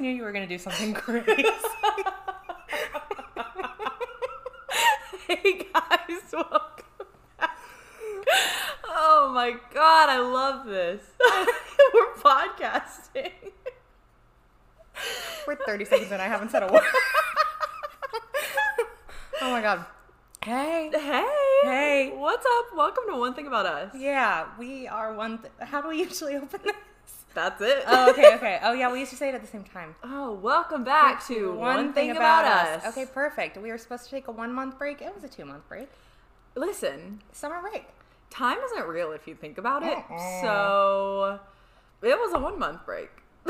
knew you were going to do something crazy. hey guys, welcome back. Oh my god, I love this. We're podcasting. we're 30 seconds in. I haven't said a word. oh my God. Hey. Hey. Hey. What's up? Welcome to One Thing About Us. Yeah, we are one. Th- How do we usually open this? That's it. Oh, okay, okay. Oh, yeah, we used to say it at the same time. Oh, welcome back to One, Thing, About, us. Okay, perfect. We were supposed to take a one month break. It was a two month break. Listen, Summer break. time isn't real if you think about it. Uh-uh. So, it was a one month break.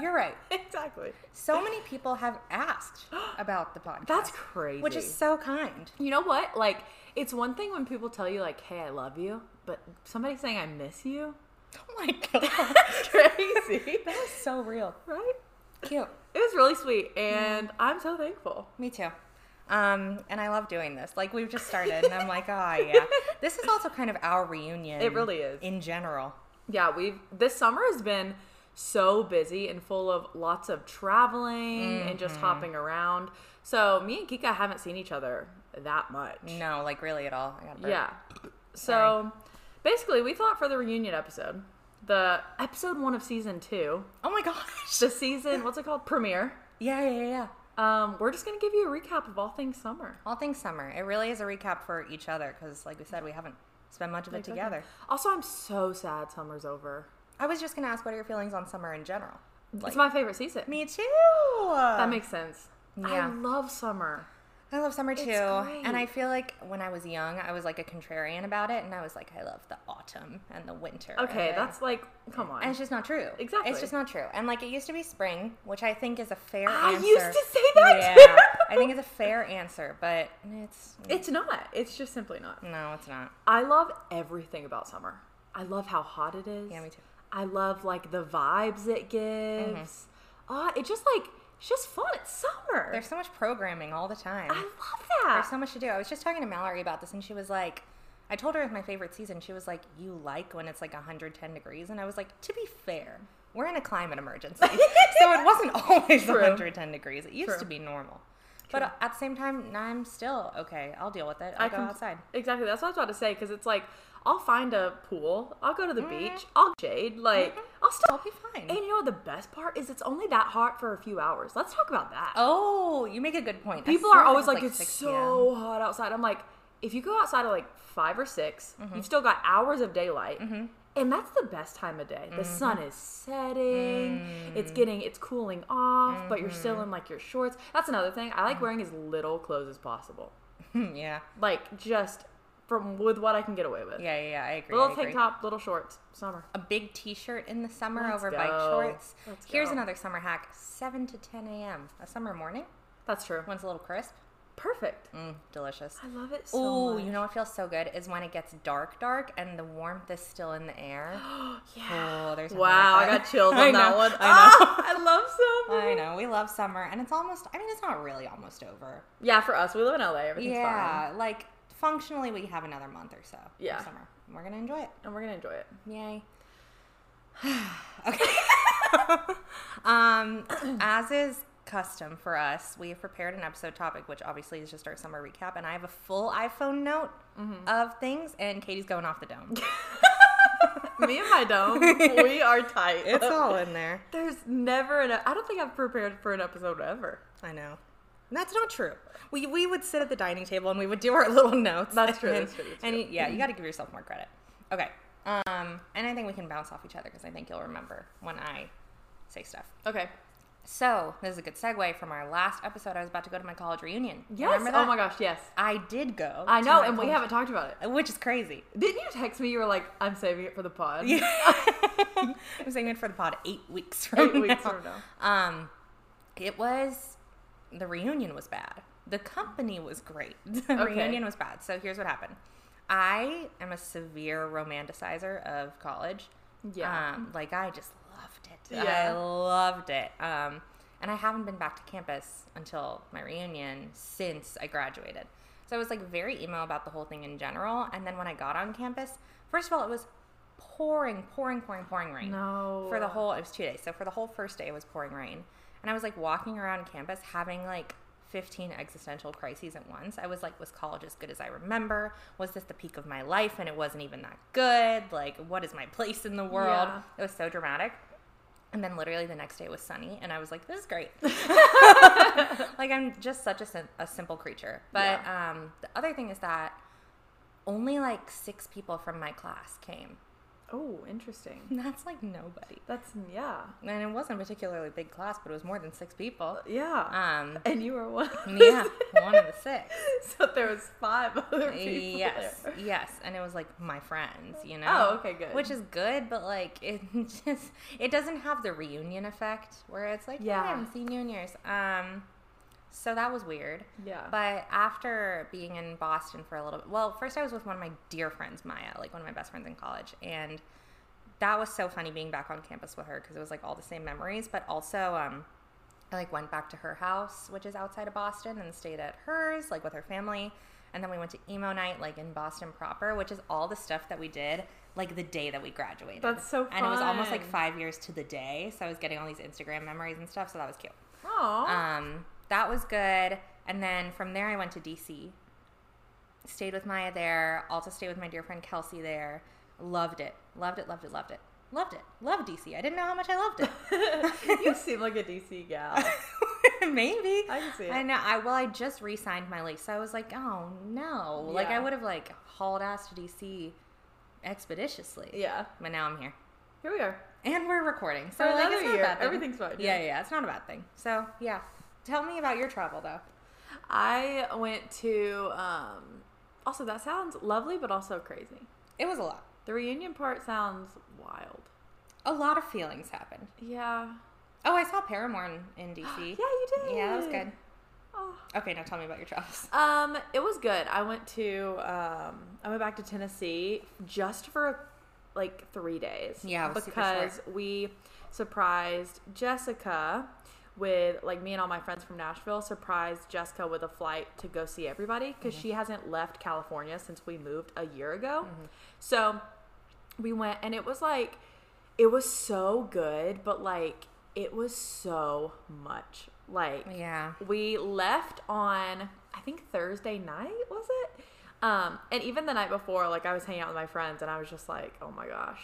You're right. exactly. So many people have asked about the podcast. That's crazy. Which is so kind. You know what? Like, it's one thing when people tell you, like, hey, I love you, but somebody saying I miss you? Oh my God. That's crazy. that was so real. right? Cute. It was really sweet, and I'm so thankful. Me too. Um, and I love doing this. Like we've just started, and I'm like, ah, yeah. This is also kind of our reunion. It really is. In general, Yeah, we've, this summer has been so busy and full of lots of traveling and just Mm-hmm. hopping around. So, me and Kika haven't seen each other that much. no, like really at all. I got burp. Yeah. So basically, we thought for the reunion episode, the episode one of season two, Oh my gosh. the season, what's it called? Premiere. Yeah, yeah, yeah, yeah. Um, we're just going to give you a recap of all things summer. All things summer. It really is a recap for each other because, like we said, we haven't spent much of it together. Also, I'm so sad summer's over. I was just gonna ask, what are your feelings on summer in general? Like- it's my favorite season. Me too. that makes sense. Yeah. I love summer. I love summer too. And great. I feel like when I was young, I was like a contrarian about it, and I was like, I love the autumn and the winter. Okay, and- that's like, come on. And it's just not true. Exactly. It's just not true. And like it used to be spring, which I think is a fair I answer. used to say that Yeah. too. I think it's a fair answer, but it's it's not. It's just simply not. no, it's not. I love everything about summer. I love how hot it is. Yeah, me too. I love like the vibes it gives. Ah, it just like it's just fun. It's summer. Mm-hmm. There's so much programming all the time. I love that. There's so much to do. I was just talking to Mallory about this and she was like I told her it was my favorite season. She was like, "You like when it's like 110 degrees." And I was like, "To be fair, we're in a climate emergency." so it wasn't always True. 110 degrees. It used True. to be normal. But at the same time, I'm still okay. I'll deal with it. I'll I go com- outside. Exactly. That's what I was about to say because it's like I'll find a pool. I'll go to the beach. I'll shade. Like I'll Mm-hmm. I'll still. be fine. And you know what the best part is? It's only that hot for a few hours. Let's talk about that. Oh, you make a good point. I People swear are it always was, like, it's 6 so hot outside. I'm like, if you go outside at like five or 6 Mm-hmm. you you've still got hours of daylight. And that's the best time of day. The sun Mm-hmm. is setting. It's Mm. getting, it's cooling off, but you're still Mm-hmm. in like your shorts. That's another thing. I like wearing as little clothes as possible. PM. yeah, Like just from with what I can get away with. yeah, yeah, yeah. I agree. I Little agree. tank top, little shorts, summer. A big T-shirt in the summer Let's over bike go. shorts. Let's Here's go. another summer hack: seven to ten a.m. A summer morning That's true. when it's a little crisp. Perfect. Mm, delicious. I love it so Oh, much. you know what feels so good is when it gets dark, dark, and the warmth is still in the air. Yeah. Oh, there's nothing like Wow, I that. got chills on I that know, one. I know. Ah, I love summer. I know. We love summer, and it's almost—I mean, it's not really almost over. Yeah, for us, we live in LA. Everything's fine, Yeah, like functionally, we have another month or so. of Yeah. summer. We're gonna enjoy it. and we're gonna enjoy it. Yay. okay. um, as is custom for us, we have prepared an episode topic, which obviously is just our summer recap. And I have a full iPhone note of things, and Katie's going off the dome. Me and my dome, we are tight. in there. There's never an. I don't think I've prepared for an episode ever. I know. And that's not true. We, we would sit at the dining table and we would do our little notes. That's true, And, that's true, that's and true. you- yeah, you got to give yourself more credit. Okay. Um, and I think we can bounce off each other because I think you'll remember when I say stuff. Okay. So, this is a good segue from our last episode. I was about to go to my college reunion. Yes. Remember that? Oh my gosh. Yes. I did go. I to know, my and we college- haven't talked about it. Which is crazy. Didn't you text me? You were like, "I'm saving it for the pod." Yeah. I'm saying it for the pod eight weeks from Eight weeks now. from now. Um, it was, the reunion was bad. The company was great. The Okay. reunion was bad. So, here's what happened I am a severe romanticizer of college. Yeah. Um, like, I just loved it. I Yeah. loved it. Um, and I haven't been back to campus until my reunion since I graduated. So I was like very emo about the whole thing in general. And then when I got on campus, first of all, it was pouring, pouring, pouring, pouring rain. No. For the whole, it was two days. So for the whole first day, it was pouring rain. and I was like walking around campus having like 15 existential crises at once. I was like, was college as good as I remember? Was this the peak of my life and it wasn't even that good? Like, what is my place in the world? Yeah. It was so dramatic. And then literally the next day it was sunny, and I was like, this is great. like, I'm just such a, sim- a simple creature. But um, the other thing is that only like six people from my class came. Oh, interesting. And that's like nobody. That's yeah, And it wasn't a particularly big class, but it was more than six people. yeah. Um, and you were one. yeah, one of the six. so there was five other people. yes there. yes and it was like my friends you know Oh, okay, good. which is good but like it just it doesn't have the reunion effect where it's like yeah Yeah. i haven't seen you in years um so that was weird Yeah. but after being in boston for a little bit well first i was with one of my dear friends maya like one of my best friends in college and that was so funny being back on campus with her because it was like all the same memories but also um I like went back to her house, which is outside of Boston, and stayed at hers, like with her family. And then we went to emo night, like in Boston proper, which is all the stuff that we did, like the day that we graduated. That's so And it was almost like fun. five years to the day, so I was getting all these Instagram memories and stuff. So that was cute. Aw. Um, that was good. And then from there, I went to DC. Stayed with Maya there. Also stayed with my dear friend Kelsey there. Loved it. Loved it. Loved it. Loved it. Loved it. Loved DC. I didn't know how much I loved it. Uh, you seem like a DC gal. Maybe. I can see it. I know. I well, I just re-signed my lease, so I was like, oh no, like I Yeah. would have like hauled ass to DC expeditiously. yeah. But now I'm here, Here we are. and we're recording, so For like it's another not a year. bad thing. Everything's fine, Yeah. yeah. yeah, yeah, it's not a bad thing. So yeah, tell me about your travel though. I went to. Um, also, that sounds lovely, but also crazy. It was a lot. The reunion part sounds wild. A lot of feelings happened. Yeah. Oh, I saw Paramore in, in Yeah, DC. you did. Yeah, that was good. Oh. Okay, now tell me about your travels. Um, it was good. I went to um, I went back to Tennessee just for like three days. Yeah, it was super short. because we surprised Jessica with like me and all my friends from Nashville surprised Jessica with a flight to go see everybody Mm-hmm. because she hasn't left California since we moved a year ago. Mm-hmm. So we went and it was like it was so good, but like it was so much. Like Yeah. we left on I think Thursday night was it? Um, and even the night before, like I was hanging out with my friends, and I was just like, "Oh my gosh,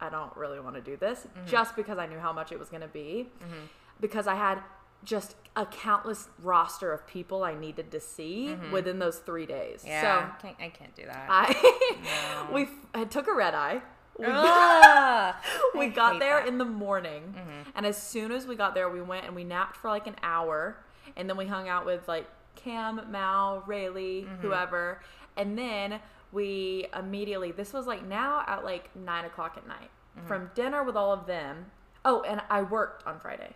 I don't really want to do this," just because I knew how much it was going to be, because I had just a countless roster of people I needed to see within those three days. Yeah. So can't, I can't do that. I we f- I took a red eye. We Ugh. we I got there hate that. Mm-hmm. in the morning and as soon as we got there we went and we napped for like an hour and then we hung out with like cam mal rayleigh Mm-hmm. whoever and then we immediately this was like now at like nine o'clock at night Mm-hmm. from dinner with all of them oh and i worked on friday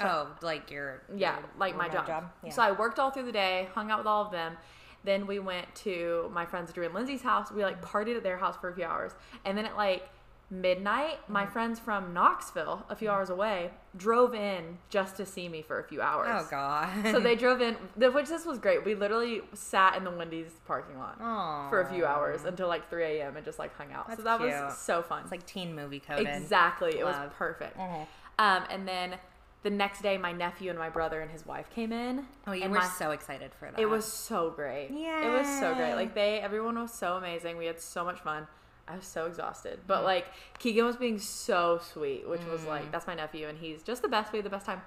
oh, like your yeah, your like my remote job. Yeah. So I worked all through the day, hung out with all of them. Then we went to my friends Drew and Lindsay's house. We like partied at their house for a few hours, and then at like midnight, my Mm-hmm. friends from Knoxville, a few hours away, drove in just to see me for a few hours. Oh God. So they drove in, th- which this was great. We literally sat in the Wendy's parking lot Aw. for a few hours until like 3 a.m. and just like hung out. so that That's cute. was so fun. It's like teen movie coded. Exactly. It was Love. perfect. Mhm. Um, and then the next day, my nephew and my brother and his wife came in. Oh, you and were my- so excited for that. It was so great. It was so great. Yay. Like they, everyone was so amazing. We had so much fun. I was so exhausted, Mm. but like Keegan was being so sweet, which was like that's my nephew, and he's just the best. We had the best time.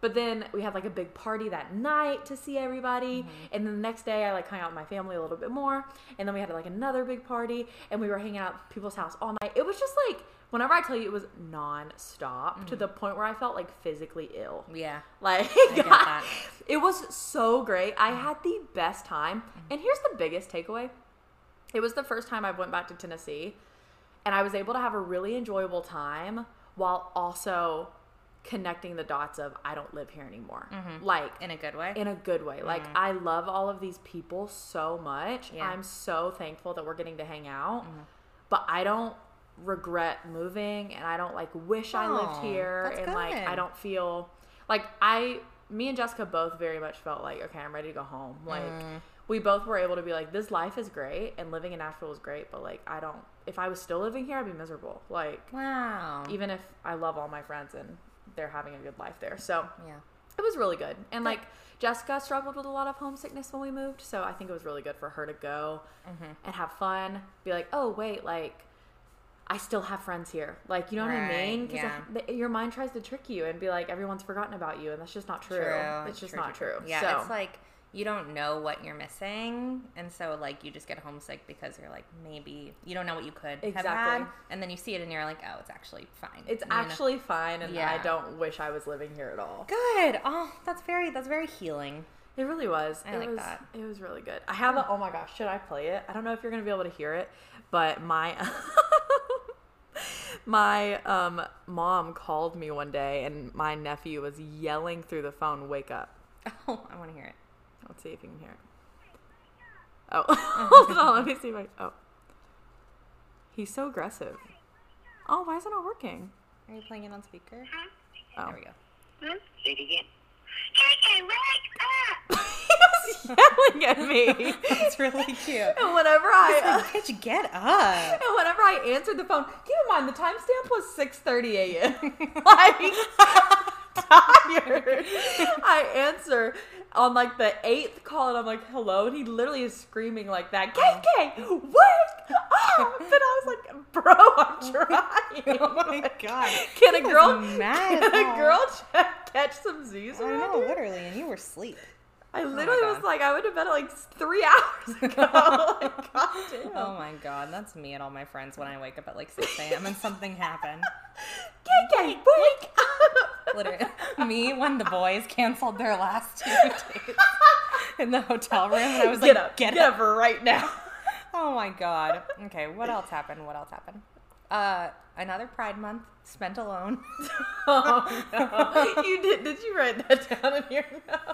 But then we had like a big party that night to see everybody, Mm-hmm. and then the next day I like hung out with my family a little bit more, and then we had like another big party, and we were hanging out at people's house all night. It was just like whenever I tell you it was nonstop Mm. to the point where I felt like physically ill. Yeah. Like get that. it was so great. I had the best time. Mm-hmm. And here's the biggest takeaway. It was the first time I went back to Tennessee and I was able to have a really enjoyable time while also connecting the dots of I don't live here anymore. Mm-hmm. Like In a good way. in a good way. Like I love all of these people so much. Mm. Yeah. Mm-hmm. I'm so thankful that we're getting to hang out. But I don't regret moving and I don't like wish I lived Aw, here Oh, that's and like good. I don't feel like I me and Jessica both very much felt like okay, I'm ready to go home. Like Mm. we both were able to be like this life is great and living in Nashville is great, but like I don't if I was still living here, I'd be miserable. Like wow. even if I love all my friends and they're having a good life there. So Yeah. it was really good. And like Jessica struggled with a lot of homesickness when we moved, so I think it was really good for her to go Mm-hmm. and have fun. Be like, oh wait, like I still have friends here. Like you know what I Right, mean? Because yeah. your mind tries to trick you and be like, everyone's forgotten about you, and that's just not true. It's just not true. Yeah, So- it's like you don't know what you're missing, and so like you just get homesick because you're like maybe you don't know what you could have had, Exactly. and then you see it and you're like, oh, it's actually fine. It's You know? actually fine, and I Yeah. don't wish I was living here at all. good. Oh, that's very that's very healing. It really was. I it like was, that. It was really good. I have a. Oh my gosh, should I play it? I don't know if you're gonna be able to hear it, but my my um, mom called me one day, and my nephew was yelling through the phone, "Wake up!" Oh, I want to hear it. Let's see if you can hear it. Oh, hold on. Let me see. If I, oh, he's so aggressive. Oh, why is it not working? Are you playing it on speaker? Oh. There we go. Hmm? Do it again. KK, wake up! he was yelling at me. It's really cute. And whenever I uh, Bitch, get up. and whenever I answered the phone, keep in mind the timestamp was 6:30 a.m. like tired. I answer on like the eighth call, and I'm like, "Hello," and he literally is screaming like that, Oh. "KK, wake up!" And I was like, "Bro, I'm trying." Oh my god. Can a He was girl? Can mad at a all. girl ch- catch some Z's? I around know, here? literally, and you were asleep. I literally was God. like, I went to bed at like three hours ago. like, God damn. Oh my god, that's me and all my friends when I wake up at like 6 a.m. and something happened. KK, wake up! Literally, me when the boys canceled their last two dates in the hotel room, and I was get like, up, get, up. right now. Oh my god. Okay, what else happened? What else happened? Uh, another Pride Month spent alone. Oh, no. you did? Did you write that down in your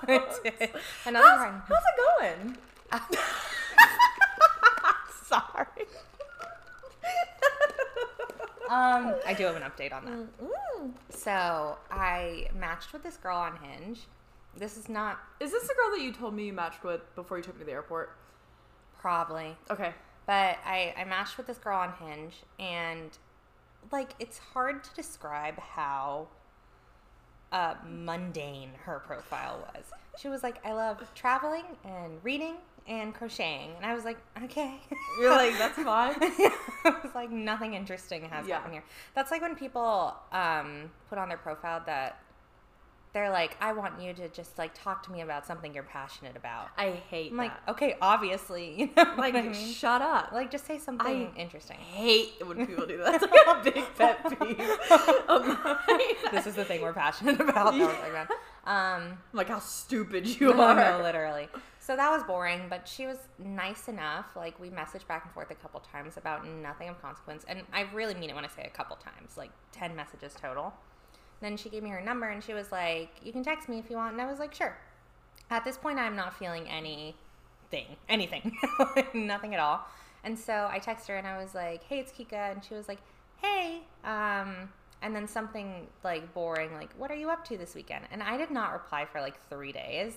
notes? Another Pride How's, Month. how's it going? Sorry. Um, I do have an update on that. Mm. So I matched with this girl on Hinge. This is not Is this the girl that you told me you matched with before you took me to the airport? probably Okay. but I, I matched with this girl on Hinge, and like it's hard to describe how uh, mundane her profile was. She was like, "I love traveling and reading and crocheting," and I was like, "Okay." You're like, that's fine. I was like, "Nothing interesting has Yeah. happened here." That's like when people um, put on their profile that they're like, "I want you to just like talk to me about something you're passionate about." I hate I'm like, like, okay, obviously, you know, what Like, I mean? shut up. Like, just say something I- interesting. hate when people do that. It's like a big pet peeve. of mine. This is the thing we're passionate about. That was like that. Um, I'm like how stupid you no, are. no, literally. So that was boring, but she was nice enough. Like, we messaged back and forth a couple times about nothing of consequence. And I really mean it when I say a couple times, like 10 messages total. Then she gave me her number and she was like, You can text me if you want. And I was like, Sure. At this point, I'm not feeling anything, anything, nothing at all. And so I texted her and I was like, Hey, it's Kika. And she was like, Hey. Um, and then something like boring, like, What are you up to this weekend? And I did not reply for like three days.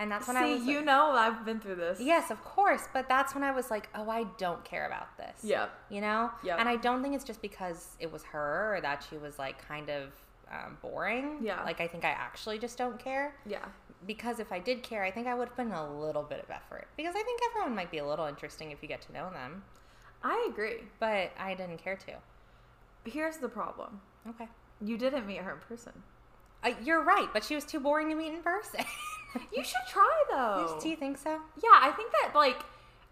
And that's when I See, was. you like, know I've been through this. Yes, of course. But that's when I was like, oh, I don't care about this. Yep. You know? Yep. And I don't think it's just because it was her or that she was like kind of um, boring. Yeah. Like, I think I actually just don't care. Yeah. Because if I did care, I think I would have put in a little bit of effort. Because I think everyone might be a little interesting if you get to know them. I agree. But I didn't care to. Here's the problem. Okay. You didn't meet her in person. Uh, you're right, but she was too boring to meet in person. You should try though. Do you think so? Yeah, I think that like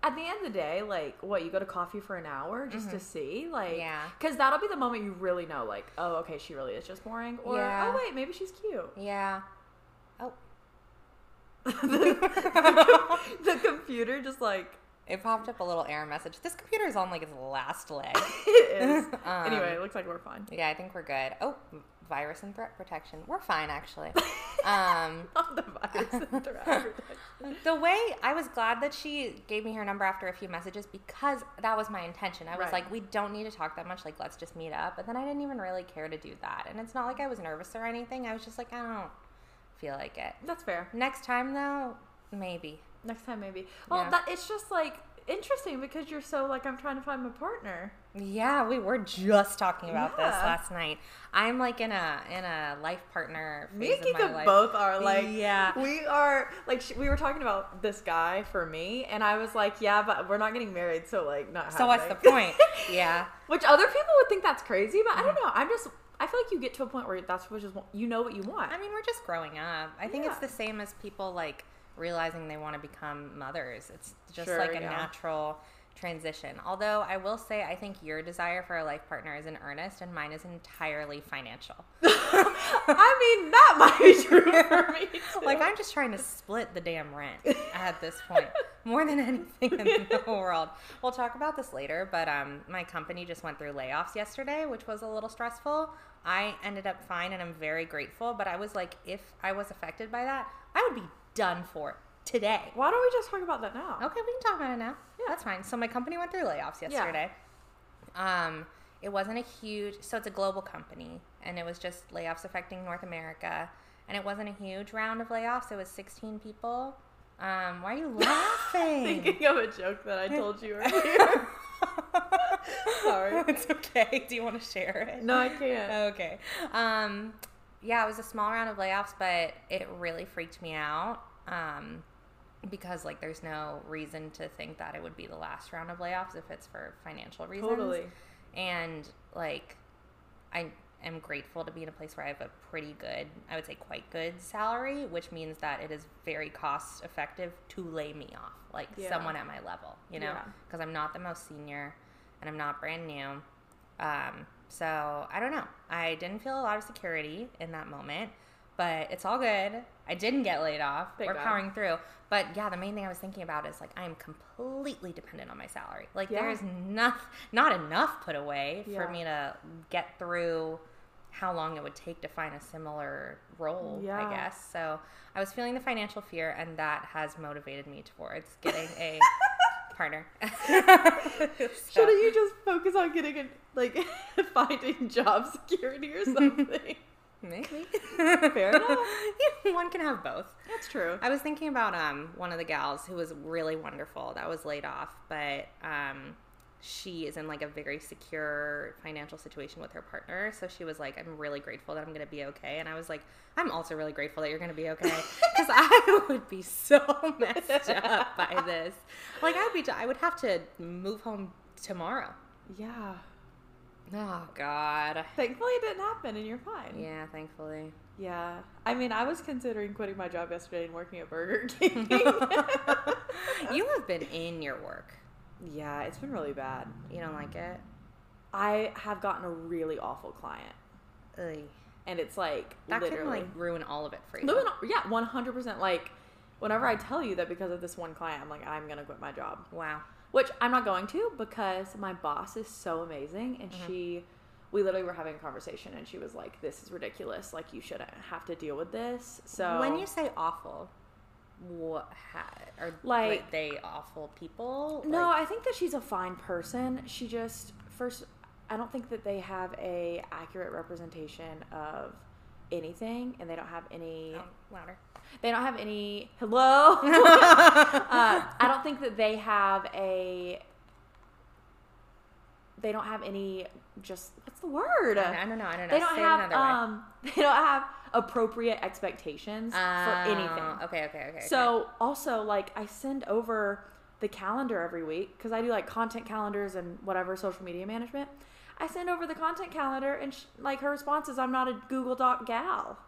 at the end of the day, like what you go to coffee for an hour just to see, like, Mm-hmm. Yeah. because that'll be the moment you really know, like, oh, okay, she really is just boring, or Yeah. oh wait, maybe she's cute. Yeah. Oh. the computer just like It popped up a little error message. This computer is on like its last leg. it is. Um, anyway, it looks like we're fine. Yeah, I think we're good. Oh, virus and threat protection. We're fine, actually. um, Not the virus and the advertisement. the way I was glad that she gave me her number after a few messages because that was my intention. I was Right. like, we don't need to talk that much. Like, let's just meet up. But then I didn't even really care to do that. And it's not like I was nervous or anything. I was just like, I don't feel like it. That's fair. Next time, though, maybe. Next time, maybe. Well, Yeah. that it's just like interesting because you're so like I'm trying to find my partner. Yeah, we were just talking about this Yeah. last night. I'm like in a in a life partner phase Me and of my Kika life. both are like, Yeah. we are like sh- we were talking about this guy for me, and I was like, yeah, but we're not getting married, so like not. So what's the happening." point? Mm-hmm. yeah. Which other people would think that's crazy, but I don't know. I'm just I feel like you get to a point where that's what just you know what you want. I mean, we're just growing up. I think it's Yeah. the same as people like realizing they want to become mothers. It's just Sure, like a yeah. natural transition. Although I will say, I think your desire for a life partner is in earnest, and mine is entirely financial. I mean, that might be true for me. Too. like I'm just trying to split the damn rent at this point, more than anything in the world. We'll talk about this later, but um, my company just went through layoffs yesterday, which was a little stressful. I ended up fine, and I'm very grateful. But I was like, if I was affected by that, I would be done for today. Why don't we just talk about that now? Okay, we can talk about it now. That's fine. So my company went through layoffs yesterday. Um, it wasn't a huge. So it's a global company, and it was just layoffs affecting North America. And it wasn't a huge round of layoffs. It was 16 people. Um, why are you laughing? Thinking of a joke that I told you earlier. Sorry. it's okay. Do you want to share it? No, I can't. okay. Um, yeah, it was a small round of layoffs, but it really freaked me out um, because like there's no reason to think that it would be the last round of layoffs if it's for financial reasons. Totally. And like, I am grateful to be in a place where I have a pretty good, I would say quite good salary, which means that it is very cost effective to lay me off, like Yeah. someone at my level, you know, Yeah. because I'm not the most senior and I'm not brand new. Um, so I don't know. I didn't feel a lot of security in that moment, but it's all good. I didn't get laid off. Thank We're God. powering through. But yeah, the main thing I was thinking about is like I am completely dependent on my salary. Like there Yeah. is not not enough put away for Yeah. me to get through how long it would take to find a similar role, I Yeah. guess. So I was feeling the financial fear and that has motivated me towards getting a partner. So- Shouldn't you just focus on getting a, like finding job security or something? Maybe. Fair enough. Yeah, one can have both. That's true. I was thinking about um one of the gals who was really wonderful that was laid off, but um she is in like a very secure financial situation with her partner. So she was like, I'm really grateful that I'm gonna be okay. And I was like, I'm also really grateful that you're gonna be okay. Because I would be so messed up by this. Like I would be I would have to move home tomorrow. Yeah. Oh God. Thankfully, it didn't happen, and you're fine. Yeah, thankfully. Yeah. I mean, I was considering quitting my job yesterday and working at Burger King. You have been in your work. yeah, it's been really bad. You don't like it? I have gotten a really awful client, Ugh. and it's like That can literally. like ruin all of it for you. No, no, yeah, one hundred percent. Like, whenever I tell you that because of this one client, I'm like, I'm gonna quit my job, Wow. which I'm not going to because my boss is so amazing, and Mm-hmm. she, we literally were having a conversation, and she was like, "This is ridiculous. Like, you shouldn't have to deal with this." So when you say awful, what ha- are like, Like- they awful people? No, Like, I think that she's a fine person. She just first I don't think that they have a accurate representation of anything and they don't have any um, louder. they don't have any hello. uh, I don't think that they have a they don't have any just what's the word? I don't know. I don't know. They don't Say it have another way. um they don't have appropriate expectations for anything. Oh, Okay. Okay. Okay. okay. So also like I send over the calendar every week because I do like content calendars and whatever social media management. I send over the content calendar and sh- like her response is I'm not a Google Doc gal.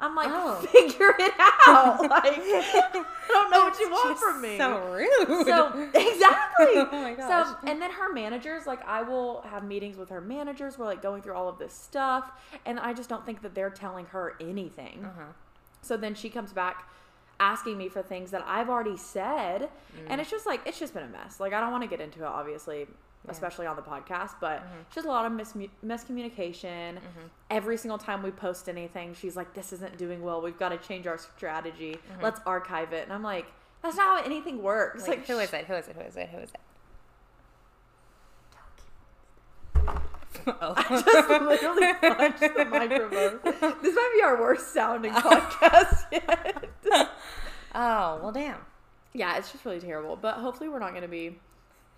I'm like Oh. figure it out. like I don't know what you want Just from me. So rude. So exactly. Oh my gosh. So and then her managers, like I will have meetings with her managers. We're like going through all of this stuff, and I just don't think that they're telling her anything. Uh-huh. So then she comes back asking me for things that I've already said. Mm. And it's just like, it's just been a mess. Like, I don't want to get into it, obviously, especially on the podcast, but Mm-hmm. it's just a lot of mismu miscommunication. Every single time we post anything, she's like, this isn't doing well. We've got to change our strategy. Let's archive it. And I'm like, that's not how anything works. Mm-hmm. Wait, like, who is sh- it? Who is it? Who is it? Who is it? Oh. Just literally punched the microphone. This might be our worst sounding podcast yet. oh well, damn. Yeah, it's just really terrible. But hopefully, we're not going to be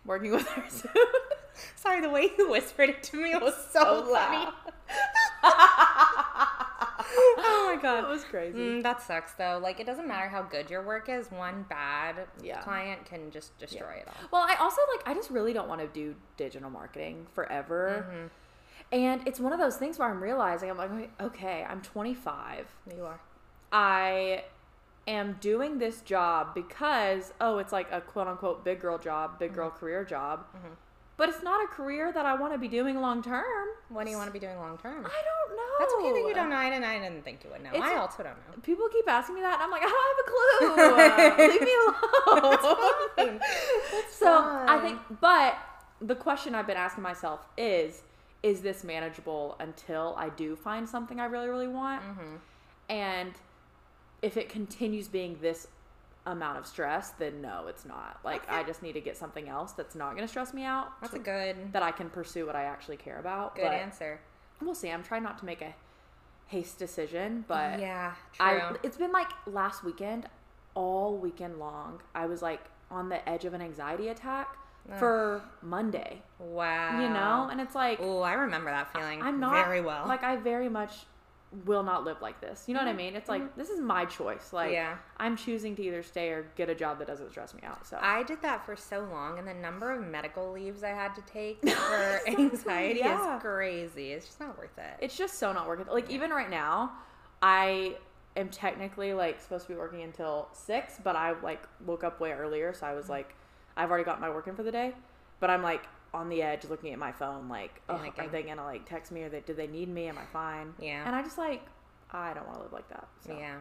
working with her soon. Sorry, the way you whispered it to me was so, loud. oh my god. That was crazy. Mm, that sucks though. Like it doesn't matter how good your work is, one bad Yeah. client can just destroy it all. Well, I also like I just really don't want to do digital marketing forever. And it's one of those things where I'm realizing I'm like, okay, I'm 25. You are. I am doing this job because oh, it's like a quote unquote big girl job, big girl Mm-hmm. career job. But it's not a career that I want to be doing long term. What do you want to be doing long I term? don't know. That's okay that you don't know, and I didn't think you would know. It's I a- also don't know. People keep asking me that, and I'm like, I don't have a clue. Leave me alone. So I fine. think, but the question I've been asking myself is, is this manageable until I do find something I really, really want? Mm-hmm. And if it continues being this amount of stress, then no, it's not. Like, I just need to get something else that's not going to stress me out, That's a good that I can pursue what I actually care about. good but answer. We'll see. I'm trying not to make a haste decision, but yeah, true. I it's been like last weekend, all weekend long. I was like on the edge of an anxiety attack for Monday, wow. you know, and it's like Oh, I remember that feeling. I'm not very well. Mm-hmm. Like I very much will not live like this. You know what I mean? It's like this is my choice. Like Yeah. I'm choosing to either stay or get a job that doesn't stress me out. So I did that for so long, and the number of medical leaves I had to take for anxiety yeah. is crazy. It's just not worth it. it's just so not working. Like even right now, I am technically like supposed to be working until six, but I like woke up way earlier, so I was like, I've already got my work in for the day, but I'm like on the edge looking at my phone, like, oh, are Panicking. they gonna like text me or they, do they need me? Am I fine? Yeah. And I just like, I don't want to live like that. So yeah,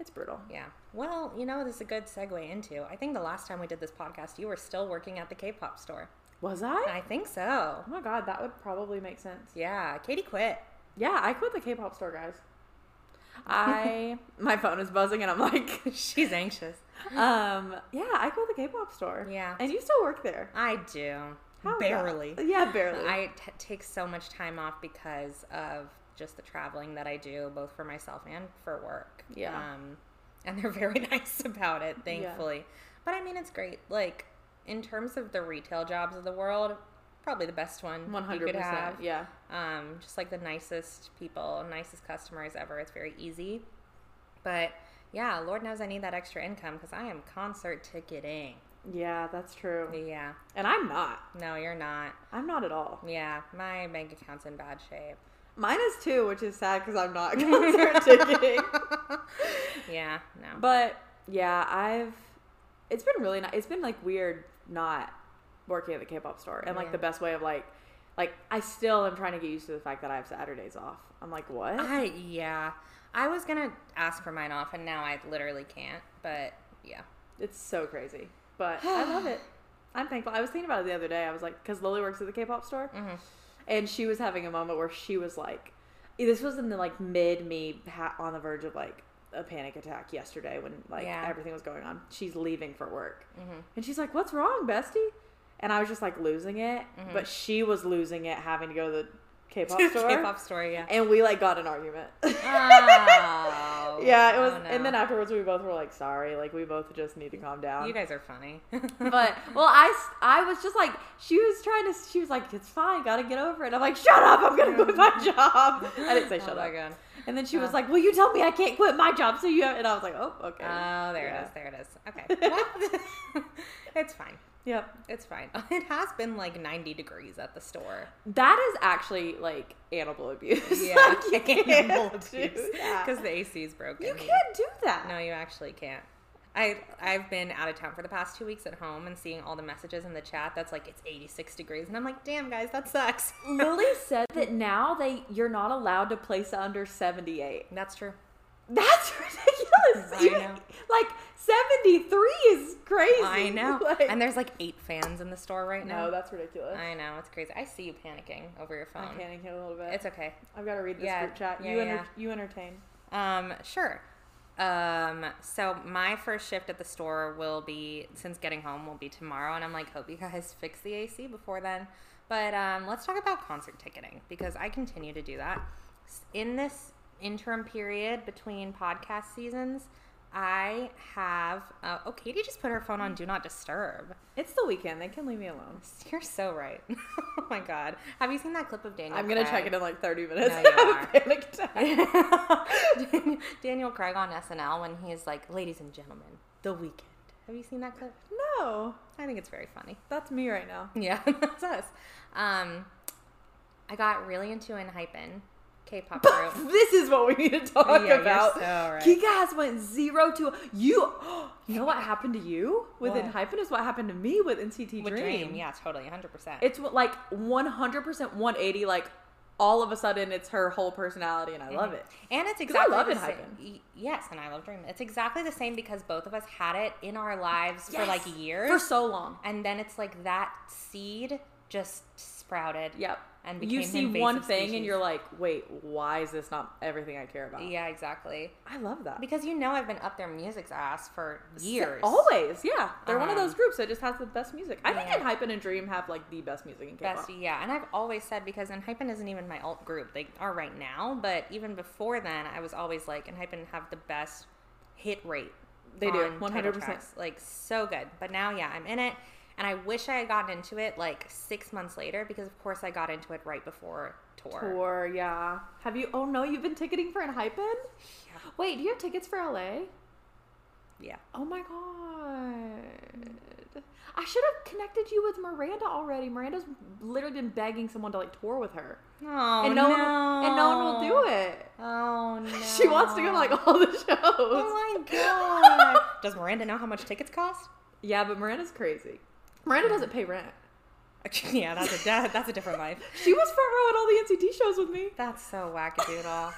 it's brutal. yeah. Well, you know, this is a good segue into. I think the last time we did this podcast, you were still working at the K-pop store. Was I? I think so. oh my god, that would probably make sense. Yeah, Katie quit. Yeah, I quit the K-pop store, guys. I my phone is buzzing and I'm like She's anxious. Um, yeah, I go to the K-pop store. Yeah. and you still work there. I do How is that? barely. Yeah, barely. I t- take so much time off because of just the traveling that I do, both for myself and for work. Yeah. Um, and they're very nice about it, thankfully. But I mean, it's great. Like, in terms of the retail jobs of the world, probably the best one One you hundred could have. percent. Yeah. Um, just like the nicest people, nicest customers ever. It's very easy. But yeah, Lord knows I need that extra income because I am concert ticketing. Yeah, that's true. Yeah. And I'm not. No, you're not. I'm not at all. Yeah, my bank account's in bad shape. Mine is too, which is sad because I'm not concert ticketing. Yeah, no. But yeah, I've. It's been really nice. It's been like weird not working at the K-pop store, and like the best way of like, like I still am trying to get used to the fact that I have Saturdays off. I'm like, what? I yeah. I was gonna ask for mine off, and now I literally can't. But yeah, It's so crazy, but I love it. I'm thankful. I was thinking about it the other day. I was like, because Lily works at the K-pop store, and she was having a moment where she was like, "This was in the like mid me ha- on the verge of like a panic attack yesterday when like Yeah. everything was going on." She's leaving for work, and she's like, "What's wrong, bestie?" And I was just like losing it, but she was losing it having to go Mm-hmm. to the K-pop store, Ah. K-pop story. Yeah. and we like got an argument. Oh, yeah, it was, oh, no. and then afterwards we both were like, "Sorry," like we both just need to calm down. you guys are funny. But well, I s- I was just like she was trying to. She was like, "It's fine, gotta get over it." I'm like, "Shut up! I'm gonna quit my job." I didn't say Oh shut my up. God. And then she was like, "Well, you tell me I can't quit my job, so you." Have, and I was like, "Oh, okay." oh, there Yeah. it is. There it is. Okay. Well, it's fine. Yep. It's fine. It has been like 90 degrees at the store. That is actually like animal abuse. Yeah, Like, you animal can't do abuse. that. Because the AC is broken. you can't do that. No, you actually can't. I I've been out of town for the past two weeks at home and seeing all the messages in the chat that's like it's 86 degrees and I'm like, damn guys, that sucks. Lily said that now they you're not allowed to place it under 78. That's true. That's ridiculous. I Even- know. Like 73 is crazy. I know. Like, and there's like eight fans in the store right now. no, that's ridiculous. I know it's crazy. I see you panicking over your phone. I'm panicking a little bit. It's okay. I've got to read this Yeah, group chat. yeah, you, enter- yeah. you entertain. Um, sure. Um, so my first shift at the store will be since getting home will be tomorrow, and I'm like, hope you guys fix the AC before then. But um, let's talk about concert ticketing because I continue to do that S- in this interim period between podcast seasons. I have. Uh, oh, Katie just put her phone Mm. on Do Not Disturb. It's the weekend. They can leave me alone. You're so right. oh my God. Have you seen that clip of Daniel? I'm gonna Craig? check it in like 30 minutes. No, you I'm are. panicked. Daniel- Daniel Craig on SNL when he's like, "Ladies and gentlemen, the weekend." Have you seen that clip? no, I think it's very funny. that's me right now. Yeah, that's us. Um, I got really into and hyping K-pop group. Oh, This is what we need to talk Yeah, you're about. so right. Kika has went zero to you. You know what happened to you with What? Inhyphen is what happened to me with NCT With Dream. yeah, totally, hundred percent. It's what- like 100% 180. Like all of a sudden, it's her whole personality, and I Mm-hmm. love it. And it's 'Cause I exactly love the it, same. Hypen. y- Yes, and I love Dream. It's exactly the same because both of us had it in our lives for like Yes. years, for so long. and then it's like that seed just sprouted. Yep. And you became see invasive one thing and species. you're like, wait, why is this not everything I care about? yeah, exactly. I love that. Because you know I've been up their music's ass for years. Always, yeah. They're one of Um, those groups that just has the best music. I yeah. think Inhypen and Dream have like the best music in K-pop. Best, yeah, and I've always said because and Hypen isn't even my alt group. They are right now, but even before then, I was always like, and Hypen have the best hit rate. They do, on title 100%. tracks. like so good. But now, yeah, I'm in it, and I wish I had gotten into it like six months later because, of course, I got into it right before tour. Or yeah. Have you? Oh no, you've been ticketing for Inhypen. Wait, do you have tickets for LA? Yeah, Oh my god. I should have connected you with Miranda already. Miranda's literally been begging someone to like tour with her, oh, and no, one, and no one will do it. Oh no, She wants to go to like all the shows. Oh my god! Does Miranda know how much tickets cost? Yeah, but Miranda's crazy. Miranda doesn't pay rent. yeah, that's a that, that's a different life. She was front row at all the NCT shows with me. That's so wackadoodle.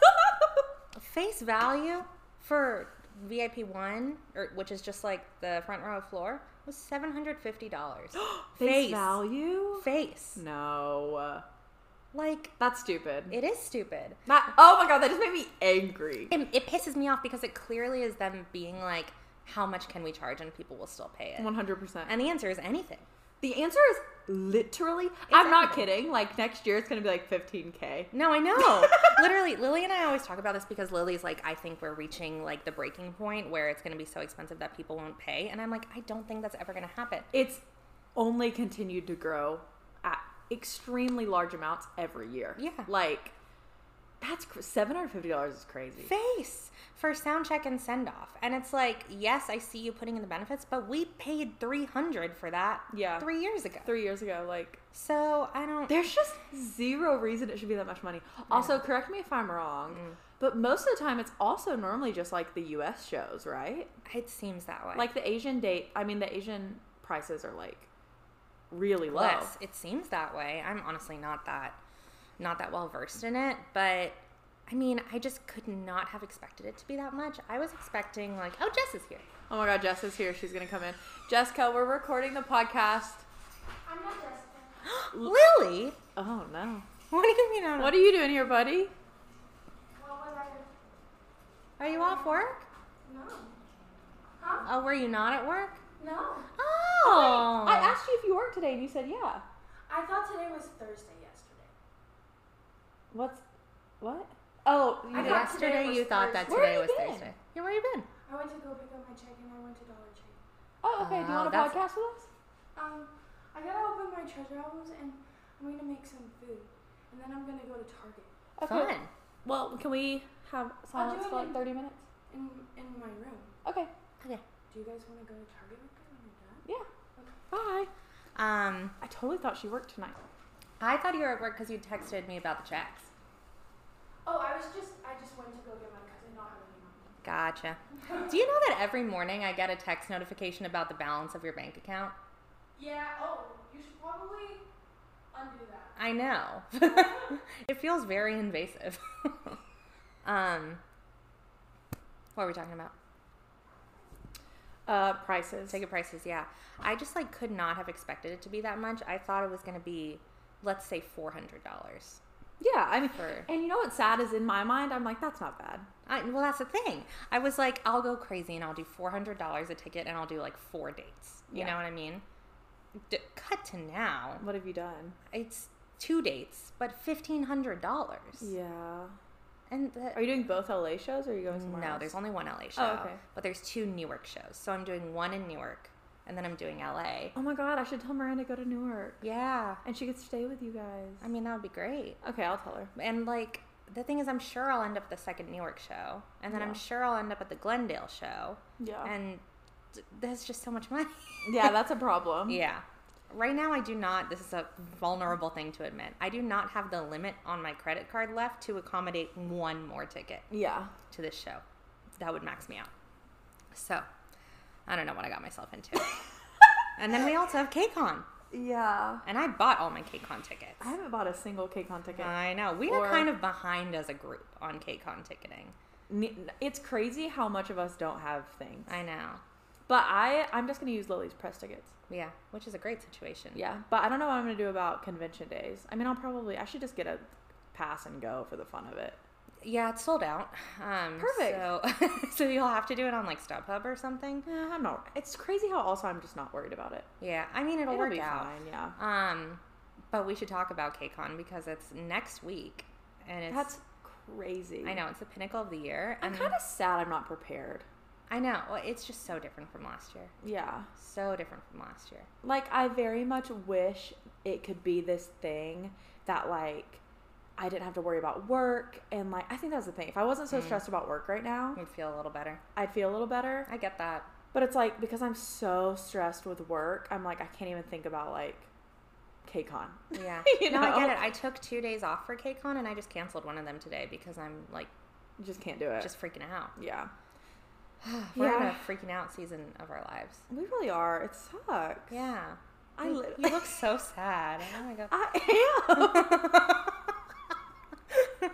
Face value for VIP one, or which is just like the front row floor, was seven hundred fifty dollars. Face value? Face. No. Like That's stupid. it is stupid. That oh my god, that just made me angry. It, it pisses me off because it clearly is them being like, how much can we charge and people will still pay it. One hundred percent. And the answer is anything. The answer is literally. I'm not everything. kidding. Like next year, it's gonna be like fifteen k. No, I know. Literally, Lily and I always talk about this because Lily's like, I think we're reaching like the breaking point where it's going to be so expensive that people won't pay. And I'm like, I don't think that's ever going to happen. It's only continued to grow at extremely large amounts every year. Yeah. Like that's seven hundred fifty dollars is crazy. face for sound check and send off. And it's like, yes, I see you putting in the benefits, but we paid 300 for that Yeah. three years ago. Three years ago, like So I don't. There's just zero reason it should be that much money. Also, correct me if I'm wrong, but most of the time it's also normally just like the US shows, right? it seems that way. Like the Asian date, I mean, the Asian prices are like really low. less. It seems that way. I'm honestly not that, not that well versed in it, but. I mean, I just could not have expected it to be that much. I was expecting like, oh, Jess is here. Oh my God, Jess is here. She's going to come in. Jessica, we're recording the podcast. I'm not Jessica. Lily, Oh no. what do you mean? I'm What are you doing here, buddy? What was I? are you off work? No. Huh? Oh, were you not at work? No. Oh, I asked you if you work today and you said yeah. I thought today was Thursday yesterday. What's what? Oh, you I did. thought today yesterday was you thought that Thursday. Where have today was you been? Thursday. Yeah, where you been? I went to go pick up my check and I went to Dollar Tree. Oh, okay. Do you Oh, want a that's- podcast with us? Um, I gotta open my treasure albums and I'm gonna make some food. And then I'm gonna go to Target. Fun. Well, can we have silence for like 30 minutes? In, in my room. Okay. Do you guys wanna go to Target with me when you're done? Yeah. Bye. Um, I totally thought she worked tonight. I thought you were at work because you texted me about the checks. Oh, I was just, I just went to go get mine because I don't have any money. Gotcha. Do you know that every morning I get a text notification about the balance of your bank account? Yeah, oh, you should probably undo that. I know. it feels very invasive. um, what were we talking about? Uh, prices. Ticket prices, yeah. I just like could not have expected it to be that much. I thought it was gonna be, let's say, four hundred dollars. yeah, I mean, For- and you know what's sad is in my mind, I'm like, that's not bad. I, well, that's the thing. I was like, I'll go crazy and I'll do four hundred dollars a ticket and I'll do like four dates. You Yeah. know what I mean? D- cut to now, What have you done? it's two dates, but fifteen hundred dollars. Yeah. And the, Are you doing both LA shows or are you going somewhere no, else? Oh, there's only one LA show, okay. but there's two Newark shows. So I'm doing one in Newark, and then I'm doing LA. Oh my god, I should tell Miranda to go to Newark. Yeah, And she could stay with you guys. I mean that would be great. Okay, I'll tell her. And like the thing is, I'm sure I'll end up at the second Newark show, and then I'm Yeah. Oh. sure I'll end up at the Glendale show, Yeah. and th- there's just so much money. yeah, that's a problem. yeah. Right now, I do not. This is a vulnerable thing to admit. I do not have the limit on my credit card left to accommodate one more ticket Yeah. to this show. That would max me out. So, I don't know what I got myself into. and then we also have KCON, Yeah. and I bought all my KCON tickets. I haven't bought a single KCON ticket. I know. We Or- are kind of behind as a group on KCON ticketing. Ne- It's crazy how much of us don't have things. I know. But I, I'm just gonna use Lily's press tickets. Yeah, which is a great situation. Yeah. But I don't know what I'm gonna do about convention days. I mean, I'll probably, I should just get a pass and go for the fun of it. Yeah, it's sold out. Um, Perfect. So, so you'll have to do it on like StubHub or something. Yeah, I'm not. It's crazy how also I'm just not worried about it. Yeah, I mean it'll, It'll work be out. fine. Yeah. Um, but we should talk about KCON because it's next week, and it's That's crazy. I know it's the pinnacle of the year. I'm And kind of sad I'm not prepared. I know well, it's just so different from last year. Yeah. So different from last year. Like, I very much wish it could be this thing that, like, I didn't have to worry about work. And, like, I think that's the thing. If I wasn't so Mm-hmm. stressed about work right now, We'd feel a little better. I'd feel a little better. I get that. But it's like, because I'm so stressed with work, I'm like, I can't even think about, like, KCON. Yeah. You No, I know? get it. I took two days off for KCON, and I just canceled one of them today because I'm like Just can't do it. just freaking out. yeah. We're Yeah. in a freaking out season of our lives. We really are. It sucks. Yeah. I You- lit- you look so sad. Oh my god. I am.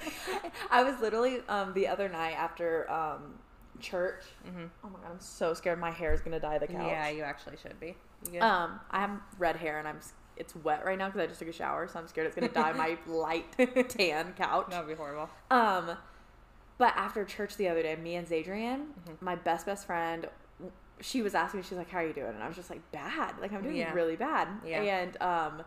I was literally um, the other night after um, church. Oh my god, I'm so scared. My hair is gonna dye the couch. Mm-hmm. Yeah, you actually should be. You good? Um, I have red hair and I'm s- it's wet right now because I just took a shower, so I'm scared it's gonna dye my light tan couch. that would be horrible. Um, but after church the other day, me and Zadrian, Mm-hmm. my best best friend, she was asking me, she's like, "How are you doing?" And I was just like, "Bad." Like I'm doing Yeah. really bad. Yeah. And um,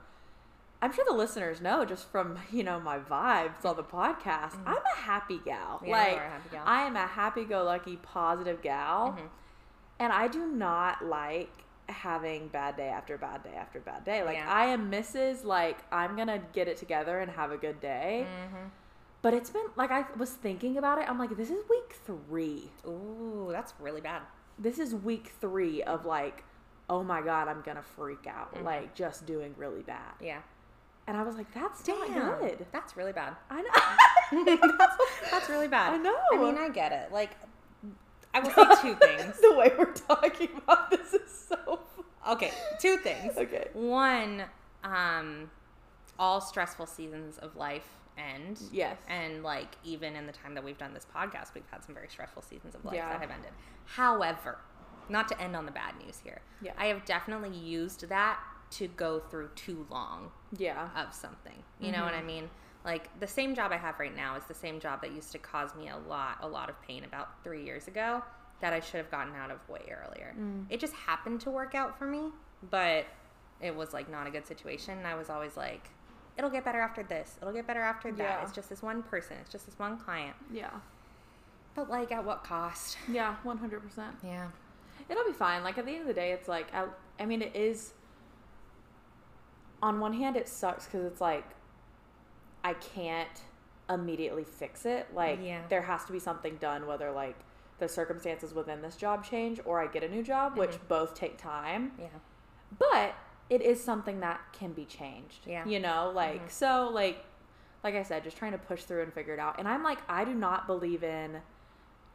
I'm sure the listeners know just from you know my vibes on the podcast. I'm a happy gal. Mm-hmm. Yeah, Mm-hmm. you like are a happy gal. I am a happy-go-lucky, positive gal, and I do not like having bad day after bad day after bad day. Like Yeah. I am Mrs. Like I'm gonna get it together and have a good day. Mm-hmm. But it's been like I was thinking about it. I'm like, this is week three. Ooh, that's really bad. This is week three of like, oh my god, I'm gonna freak out. Mm-hmm. Like just doing really bad. Yeah. And I was like, that's Damn. not good. That's really bad. I know. That's really bad. I know. I mean, I get it. Like, I will say two things. the way we're talking about this is so. Okay, two things. Okay. One, um, all stressful seasons of life end. Yes. And like, even in the time that we've done this podcast, we've had some very stressful seasons of life Yeah. that have ended. However, not to end on the bad news here, Yeah. I have definitely used that to go through too long yeah. of something. You know what I mean? Like the same job I have right now is the same job that used to cause me a lot, a lot of pain about three years ago that I should have gotten out of way earlier. It just happened to work out for me, but it was like not a good situation. And I was always like, it'll get better after this, it'll get better after that. Yeah. It's just this one person, it's just this one client. Yeah. But like, at what cost? Yeah. One hundred percent. Yeah. It'll be fine. Like at the end of the day, it's like I, I mean, it is. On one hand, it sucks because it's like I can't immediately fix it. Like Yeah. there has to be something done, whether like the circumstances within this job change or I get a new job, which both take time. Yeah. But it is something that can be changed. Yeah. Mm-hmm. you know, like so, like like I said, just trying to push through and figure it out. And I'm like, I do not believe in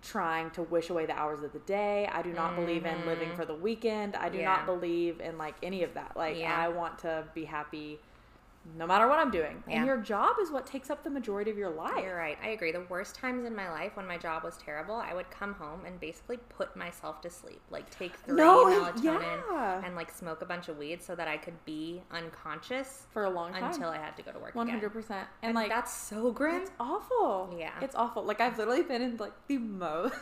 trying to wish away the hours of the day. I do not believe in living for the weekend. I do Mm-hmm. Yeah. not believe in like any of that. Like Yeah. I want to be happy no matter what I'm doing. Yeah. And your job is what takes up the majority of your life. You're right. I agree. The worst times in my life when my job was terrible, I would come home and basically put myself to sleep. Like take three No, it- melatonin yeah. and like smoke a bunch of weed so that I could be unconscious For a long time. until I had to go to work. one again. hundred percent. And like that's so grim. It's awful. Yeah. It's awful. Like I've literally been in like the most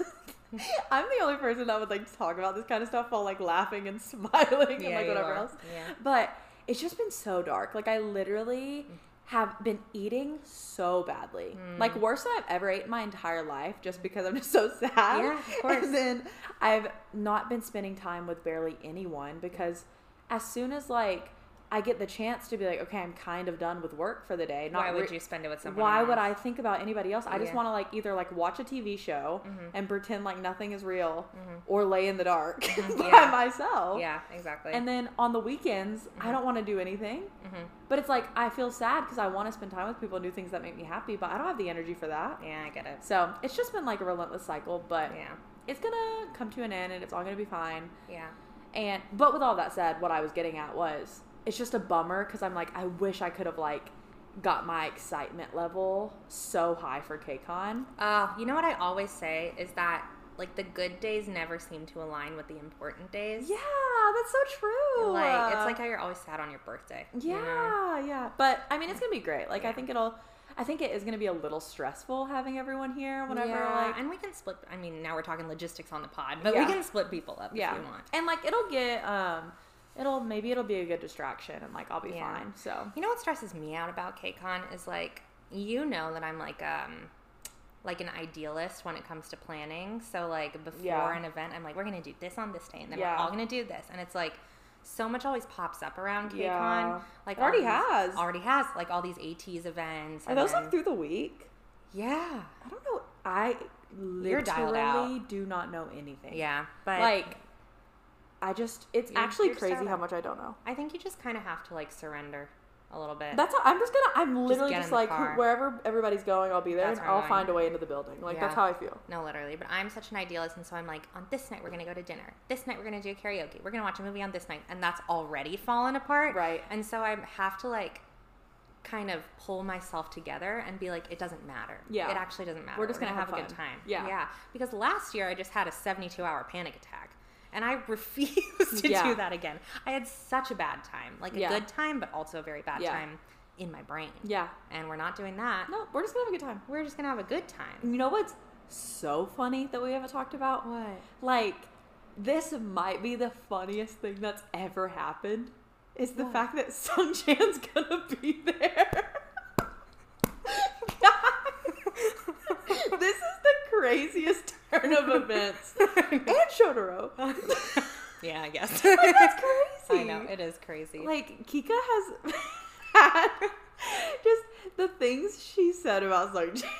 I'm the only person that would like talk about this kind of stuff while like laughing and smiling and Yeah, like you whatever are. else. Yeah. Mm. But it's just been so dark. Like I literally have been eating so badly, like worse than I've ever ate in my entire life, just because I'm just so sad. Yeah, of course. And then I've not been spending time with barely anyone because as soon as like I get the chance to be like, okay, I'm kind of done with work for the day. Not why would re- you spend it with someone? Why else? would I think about anybody else? I just Yeah. Mm-hmm. want to like either like watch a TV show and pretend like nothing is real, or lay in the dark by Mm-hmm. Yeah. myself. Yeah, Mm-hmm. exactly. And then on the weekends, I don't want to do anything. Mm-hmm. But it's like I feel sad because I want to spend time with people and do things that make me happy, but I don't have the energy for that. yeah, I get it. So it's just been like a relentless cycle, but Yeah, it's gonna come to an end and it's all gonna be fine. yeah, And but with all that said, what I was getting at was it's just a bummer because I'm like I wish I could have like got my excitement level so high for KCON. Uh, you know what I always say is that like the good days never seem to align with the important days. Yeah, that's so true. Like it's like how you're always sad on your birthday. you yeah, know? yeah. But I mean, it's gonna be great. Like I Yeah. think it'll. I think it is gonna be a little stressful having everyone here. Whenever Yeah, like and we can split. I mean, now we're talking logistics on the pod, but Yeah. we can split people up yeah, if you want. and like it'll get um, it'll maybe it'll be a good distraction and like I'll be Yeah. fine. So You know what stresses me out about KCON is like you know that I'm like um like an idealist when it comes to planning. So like before Yeah. an event, I'm like we're gonna do this on this day, and then Yeah. we're all gonna do this, and it's like so much always pops up around KCON. Yeah. Like It already all these- has. already has like all these ATs events. are and those then- like through the week? yeah, I don't know. I You're dialed out. literally do not know anything. yeah, but like I just it's You're- actually you're just crazy out how of- much I don't know. I think you just kind of have to like surrender a little bit. That's how, I'm just gonna. I'm literally get just, in the like car. who- wherever everybody's going, I'll be there That's and where I'm I'll going. find a way into the building. Like that's Yeah. how I feel. No, literally. But I'm such an idealist, and so I'm like, on this night we're gonna go to dinner. This night we're gonna do karaoke. We're gonna watch a movie on this night, and that's already fallen apart. Right. And so I have to like, kind of pull myself together and be like, it doesn't matter. Yeah. It actually doesn't matter. We're just gonna have, have a good fun. time. Yeah. Yeah. Because last year I just had a 72 hour panic attack. And I refuse to Yeah. do that again. I had such a bad time, like a Yeah. good time, but also a very bad Yeah. time in my brain. Yeah. And we're not doing that. No, we're just gonna have a good time. We're just gonna have a good time. You know what's so funny that we haven't talked about? What? Like, this might be the funniest thing that's ever happened. Is the fact that Sung Jan's gonna be there. Guys, this is the craziest turn of events. and Shotaro. Yeah, I guess. That's crazy. I know it is crazy. Like Kika has had just the things she said about Sung Jan.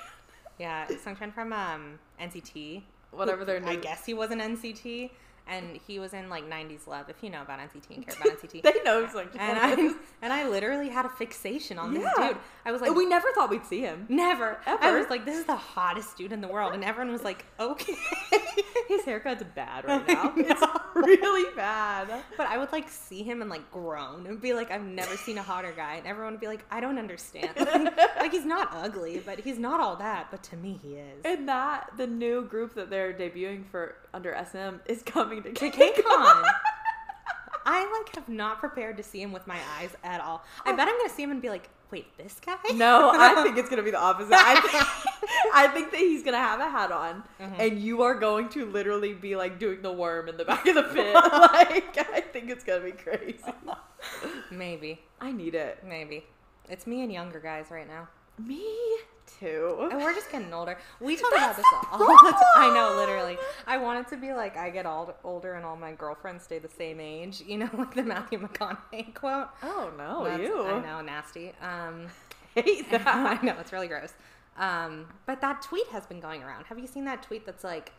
yeah, Sungchan from um, NCT. Whatever their I name- guess he was an NCT, and he was in like '90s Love. If you know about NCT and care about NCT, They know Sung Jan. and I and I literally had a fixation on Yeah. this dude. I was like, we never thought we'd see him. never. I Ever. was like, this is the hottest dude in the world, and everyone was like, okay. His haircut's bad right now. I It's know. really bad. But I would like see him and like groan and be like, I've never seen a hotter guy, and everyone would be like, I don't understand. Like, like, he's not ugly, but he's not all that. But to me, he is. And that the new group that they're debuting for under SM is coming to to KCON. KCON. I like have not prepared to see him with my eyes at all. I bet I'm gonna see him and be like, wait, this guy? No, I think it's gonna be the opposite. I think, Mm-hmm. I think that he's gonna have a hat on, and you are going to literally be like doing the worm in the back of the pit. like I think it's gonna be crazy. maybe, I need it. maybe. It's me and younger guys right now, Me too. and we're just getting older. We talk That's about this the all the time. I know, literally. I want it to be like I get all older and all my girlfriends stay the same age. You know, like the Matthew McConaughey quote. Oh no, That's- you. I know, nasty. Um, Hate I that. know it's really gross. Um, but that tweet has been going around. Have you seen that tweet that's like,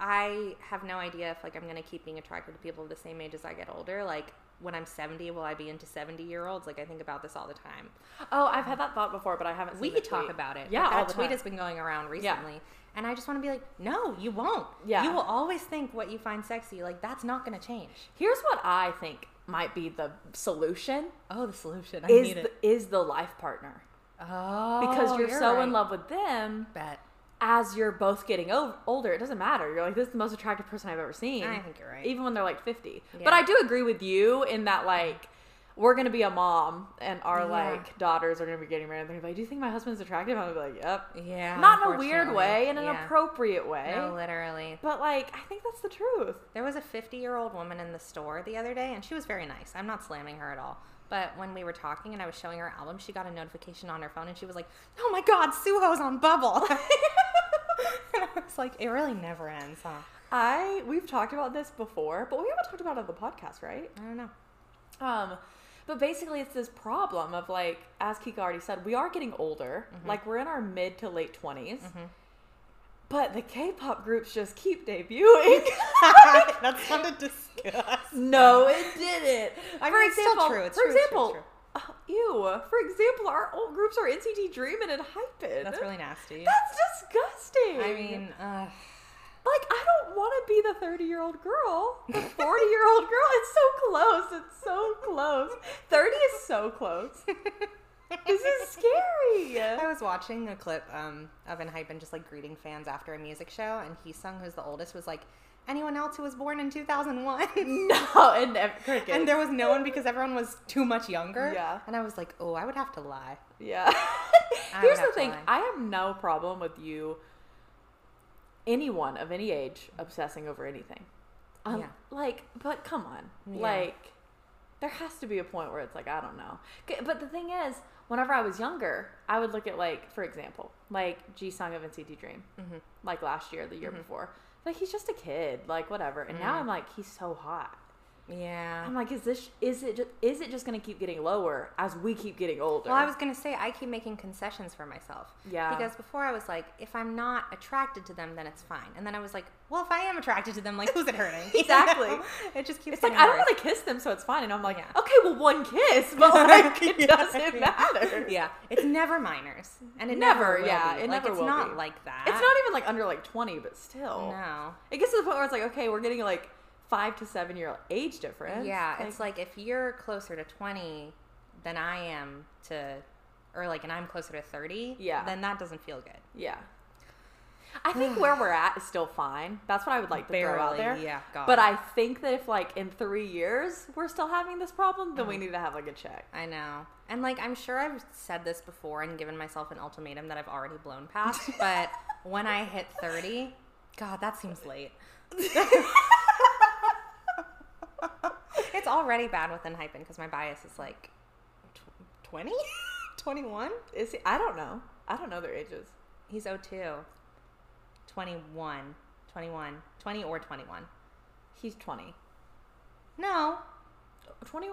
I have no idea if like I'm gonna keep being attracted to people the same age as I get older. Like when I'm 70, will I be into 70 year olds? Like I think about this all the time. Oh, I've had that thought before, but I haven't. Seen We the could talk tweet. about it. but Yeah, that all the tweet time. has been going around recently. And I just want to be like, no, you won't. Yeah. You will always think what you find sexy. Like, that's not going to change. Here's what I think might be the solution: Oh, the solution. I is need the, it. is the life partner Oh, because you're, so in right. love with them Bet. as you're both getting o- older. It doesn't matter. You're like, this is the most attractive person I've ever seen. I think you're right. Even when they're like 50. Yeah. But I do agree with you in that like. We're gonna be a mom, and our Yeah. like daughters are gonna be getting married. And they're gonna be like, "Do you think my husband's attractive?" I'm gonna be like, "Yep." Yeah. Not in a weird unfortunately. way, in an Yeah. appropriate way. No, literally. But like, I think that's the truth. There was a 50 year old woman in the store the other day, and she was very nice. I'm not slamming her at all. But when we were talking and I was showing her album, she got a notification on her phone and she was like, "Oh my God, Suho's on Bubble." and I was like, "It really never ends, huh?" I we've talked about this before, but we haven't talked about it on the podcast, right? I don't know. Um, but basically, it's this problem of like, as Kika already said, we are getting older. Mm-hmm. Like we're in our mid to late 20s but the K-pop groups just keep debuting. That's fun to discuss. no, it didn't. I for mean, it's still example, true, it's for true, it's true, example, it's uh, ew. For example, our old groups are NCT Dreamin' and Hypen. That's really nasty. That's disgusting. I mean, uh, like I don't want to be the 30 year old girl, the 40 year old girl. It's so close. It's so close. 30 is so close. This is I scary. was watching a clip um, of an hype and just like greeting fans after a music show, and he sung who's the oldest was like, "Anyone else who was born in 2001?" No, and never cricket. and there was no one because everyone was too much younger. Yeah. and I was like, "Oh, I would have to lie." yeah. I would Here's have the to thing. lie. I have no problem with you, anyone of any age, obsessing over anything. Um, Yeah. Like, but come on. Yeah. Like, there has to be a point where it's like, I don't know. 'Kay, But the thing is, whenever I was younger, I would look at, like, for example, like G Song of NCT Dream, like last year, the year Mm-hmm. before. Like, he's just a kid, like, whatever. And Mm. now I'm like, he's so hot. Yeah. I'm like, is this, is it, just, is it just going to keep getting lower as we keep getting older? Well, I was gonna say I keep making concessions for myself. Yeah. Because before I was like, if I'm not attracted to them, then it's fine. And then I was like, well, if I am attracted to them, like, who's it hurting? You Exactly. know? It just keeps. It's like getting I don't worse. want to kiss them, so it's fine. And I'm like, Yeah. okay, well, one kiss, but like it doesn't matter. Yeah, it's never minors, and it Never, never, will yeah, be. it like, never it's will not be. like that. It's not even like under like 20, but still, No. it gets to the point where it's like, okay, we're getting like five to seven year age difference. Yeah, it's like if you're closer to 20 than I am to, or like, and I'm closer to 30, Yeah. then that doesn't feel good. yeah. I think where we're at is still fine. That's what I would like to throw out Barely, there. yeah, God. But I think that if like in three years we're still having this problem, then we need to have like a check. I know. And like, I'm sure I've said this before and given myself an ultimatum that I've already blown past, but when I hit 30, God, that seems late. it's already bad within hyphen because my bias is like tw- 20? 21? Is he, I don't know. I don't know their ages. He's 02. 21. 21. 20 or 21. He's 20. No. 20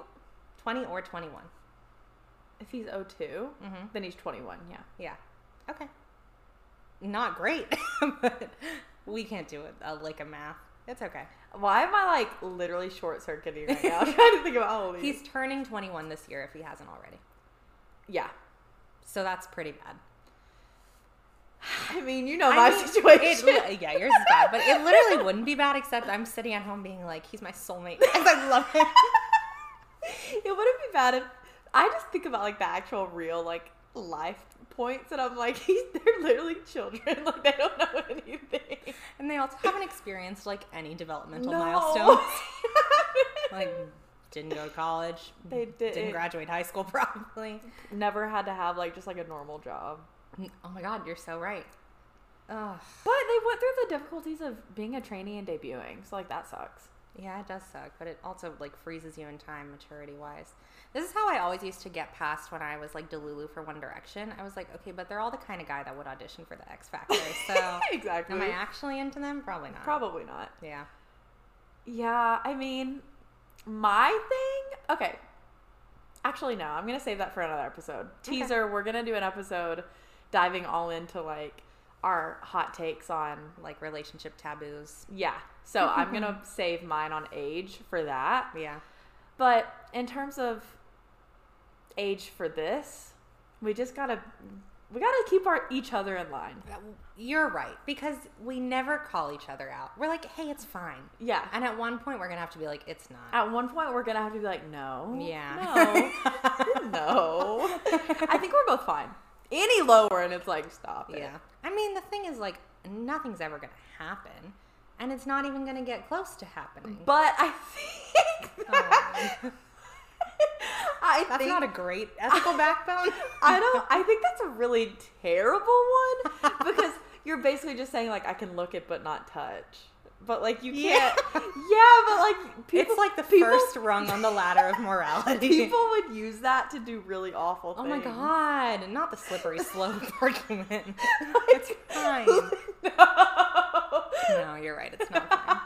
20 or 21. if he's 2 then he's 21, yeah. Yeah. Okay. Not great, but we can't do it. uh, A lick of math. It's okay. Why am I like literally short circuiting right now? I'm trying to think about how old he is. He's turning 21 this year if he hasn't already. Yeah. So that's pretty bad. I mean, you know I my mean, situation. it li- yeah, yours is bad, but it literally wouldn't be bad except I'm sitting at home being like, he's my soulmate. And I love him. it wouldn't be bad if I just think about like the actual real like life points and I'm like, he's they're literally children. Like they don't know anything. And they also haven't experienced like any developmental No. milestones. like didn't go to college. They didn't. Didn't graduate high school probably. Never had to have like just like a normal job. Oh my god, you're so right. Ugh. But they went through the difficulties of being a trainee and debuting. So like that sucks. Yeah, it does suck, but it also like freezes you in time maturity wise. This is how I always used to get past when I was like Delulu for One Direction. I was like, okay, but they're all the kind of guy that would audition for the X Factor. So exactly. Oh. am I actually into them? Probably not. Probably not. Yeah. Yeah, I mean, my thing. Okay. Actually, no, I'm going to save that for another episode. Teaser, we're going to do an episode diving all into like our hot takes on. Like relationship taboos. Yeah. So I'm going to save mine on age for that. Yeah. But in terms of age for this, we just got to. We got to keep our each other in line. You're right, because we never call each other out. We're like, hey, it's fine. Yeah. And at one point, we're going to have to be like, it's not. At one point, we're going to have to be like, no. Yeah. No. Oh, no. I think we're both fine. Any lower, and it's like, stop it. Yeah. I mean, the thing is, like, nothing's ever going to happen, and it's not even going to get close to happening. But I think. That, I Oh. That's think. not a great ethical backbone. I don't. I think that's a really terrible one because you're basically just saying like I can look it but not touch. but like you Yeah. can't. yeah, but like people, it's like the people- first rung on the ladder of morality. people would use that to do really awful. oh my things. god, not the slippery slope argument. it's fine. No. you're right. It's not fine.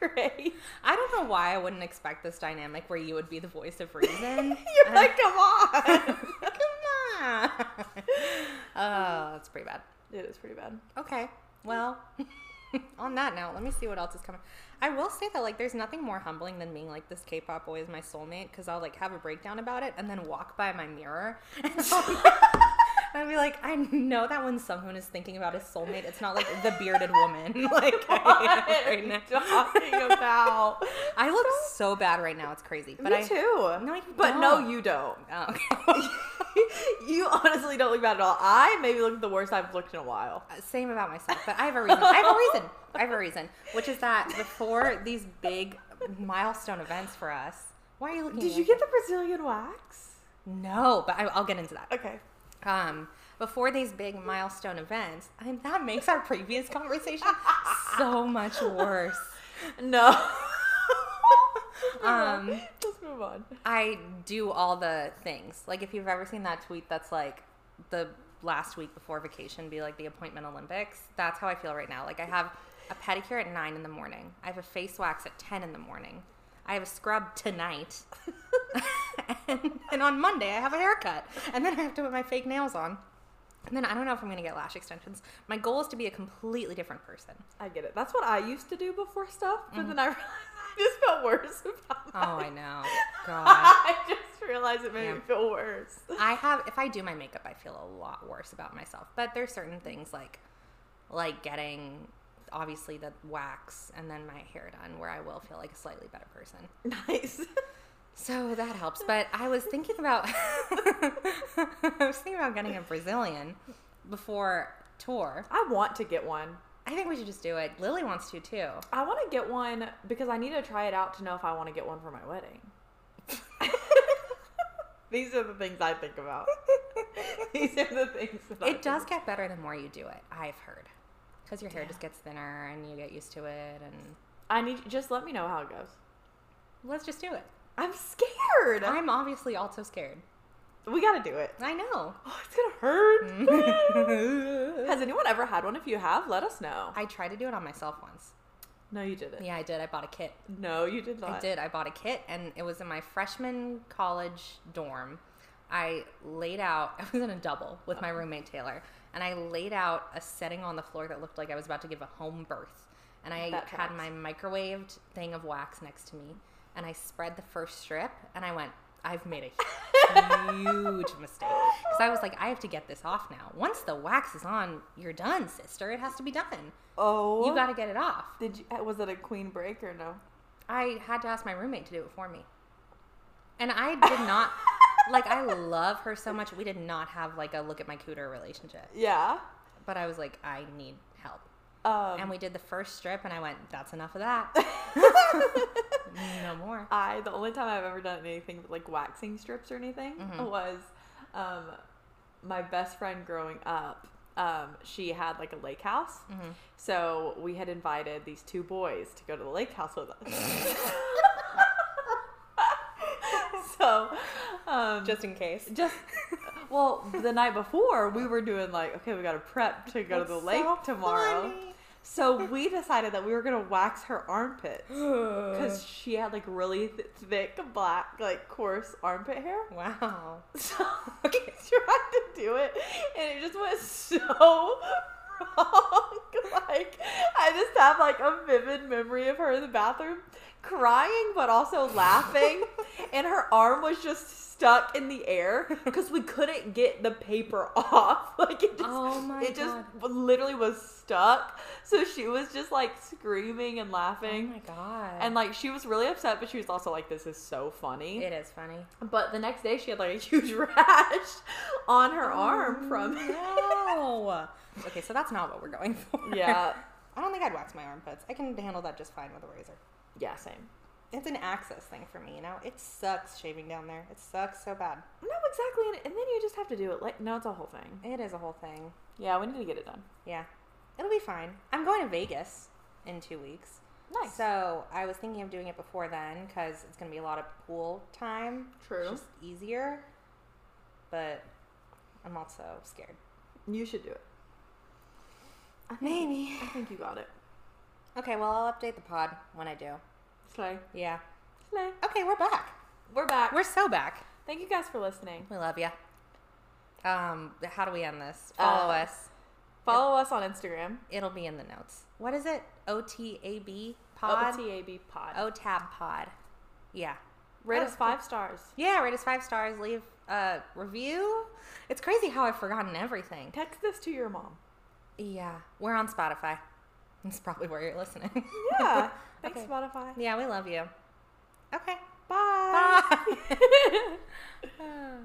Great. I don't know why I wouldn't expect this dynamic where you would be the voice of reason. You're like, come on. Come on. Oh, that's pretty bad. it is pretty bad. Okay. Well, on that note, let me see what else is coming. I will say that like there's nothing more humbling than being like this K-pop boy is my soulmate because I'll like have a breakdown about it and then walk by my mirror and I'll be like, I know that when someone is thinking about his soulmate, it's not like the bearded woman. Like I, am right now. Talking about. I look so bad right now, it's crazy. But Me I too. No, you but no, don't. you don't. Oh, okay. you honestly don't look bad at all. I maybe look the worst I've looked in a while. Uh, same about myself, but I have a reason. I have a reason. I have a reason, which is that before these big milestone events for us, why are you looking? Did at you me? get the Brazilian wax? no? But I, I'll get into that. Okay. Um, before these big milestone events, I mean, that makes our previous conversation so much worse. No. Um, Let's move on. I do all the things. Like if you've ever seen that tweet that's like the last week before vacation be like the appointment Olympics, that's how I feel right now. Like I have a pedicure at nine in the morning. I have a face wax at ten in the morning. I have a scrub tonight. and, and on Monday I have a haircut. And then I have to put my fake nails on. And then I don't know if I'm gonna get lash extensions. My goal is to be a completely different person. I get it. That's what I used to do before stuff, but then I realized I just felt worse about Mm-hmm. Oh, that. I know. God. I just realized it made Yeah. me feel worse. I have if I do my makeup, I feel a lot worse about myself. But there's certain things like like getting obviously the wax and then my hair done where I will feel like a slightly better person. Nice. So that helps. But I was thinking about I was thinking about getting a Brazilian before tour. I want to get one. I think we should just do it. Lily wants to too. I want to get one because I need to try it out to know if I want to get one for my wedding. These are the things I think about. These are the things that I It does think- get better the more you do it, I've heard. Because your hair just gets thinner and you get used to it and I need just let me know how it goes. let's just do it. I'm scared. I'm obviously also scared. we got to do it. Mm-hmm. I know. Oh, it's gonna hurt. I Has anyone ever had one? If you have, let us know. tried to do it on myself once. no, you didn't. Yeah, I did. I bought a kit. No, you did not. I did. I bought a kit, and it was in my freshman college dorm. I laid out, I was in a double with my roommate Taylor, and I laid out a setting on the floor that looked like I was about to give a home birth. And I That had tracks. my microwaved thing of wax next to me, and I spread the first strip, and I went, I've made a huge mistake. Because I was like, I have to get this off now. Once the wax is on, you're done, sister. It has to be done. Oh, You got to get it off. Did you? Was it a queen break or no? I had to ask my roommate to do it for me. And I did not like I love her so much. We did not have like a look at my cooter relationship. Yeah. But I was like, I need help. Um, And we did the first strip and I went, That's enough of that. no more. I the only time I've ever done anything with like waxing strips or anything Mm-hmm. was um, my best friend growing up. Um, she had like a lake house, Mm-hmm. so we had invited these two boys to go to the lake house with us. so, um, Just in case. just well, the night before we were doing like, okay, we got to prep to go to the That's lake so tomorrow. funny. So we decided that we were gonna wax her armpits because she had like really th- thick black, like coarse armpit hair. Wow. So we tried to do it, and it just went so wrong. like I just have like a vivid memory of her in the bathroom, crying but also laughing, and her arm was just stuck in the air because we couldn't get the paper off. Like it just, Oh my it just literally was stuck. So she was just like screaming and Oh laughing. my god. and like she was really upset, but she was also like, "This is so funny." it is funny. But the next day, she had like a huge rash on Oh, her arm from No. okay, so that's not what we're going for. yeah, I don't think I'd wax my armpits. I can handle that just fine with a razor. yeah, same. It's an access thing for me, you know? It sucks shaving down there. It sucks so bad. No, exactly. And, and then you just have to do it. Like, no, it's a whole thing. It is a whole thing. Yeah, we need to get it done. Yeah. It'll be fine. I'm going to Vegas in two weeks. Nice. So I was thinking of doing it before then because it's going to be a lot of pool time. True. It's just easier. But I'm also scared. You should do it. Maybe. I think you got it. Okay, well, I'll update the pod when I do. Slay. Yeah. Slay. Okay, we're back. We're back. We're so back. Thank you guys for listening. We love you. Um, how do we end this? Follow Uh, Um, us. Follow us on Instagram. It'll be in the notes. What is it? O T A B pod. O-T-A-B pod. O tab pod. Yeah. Rate Oh, us five stars. Yeah, rate us five stars. Leave a review. It's crazy how I've forgotten everything. Text this to your mom. Yeah, we're on Spotify. That's probably where you're listening. Yeah. Thanks, Okay. Spotify. yeah, we love you. Okay. Bye. Bye.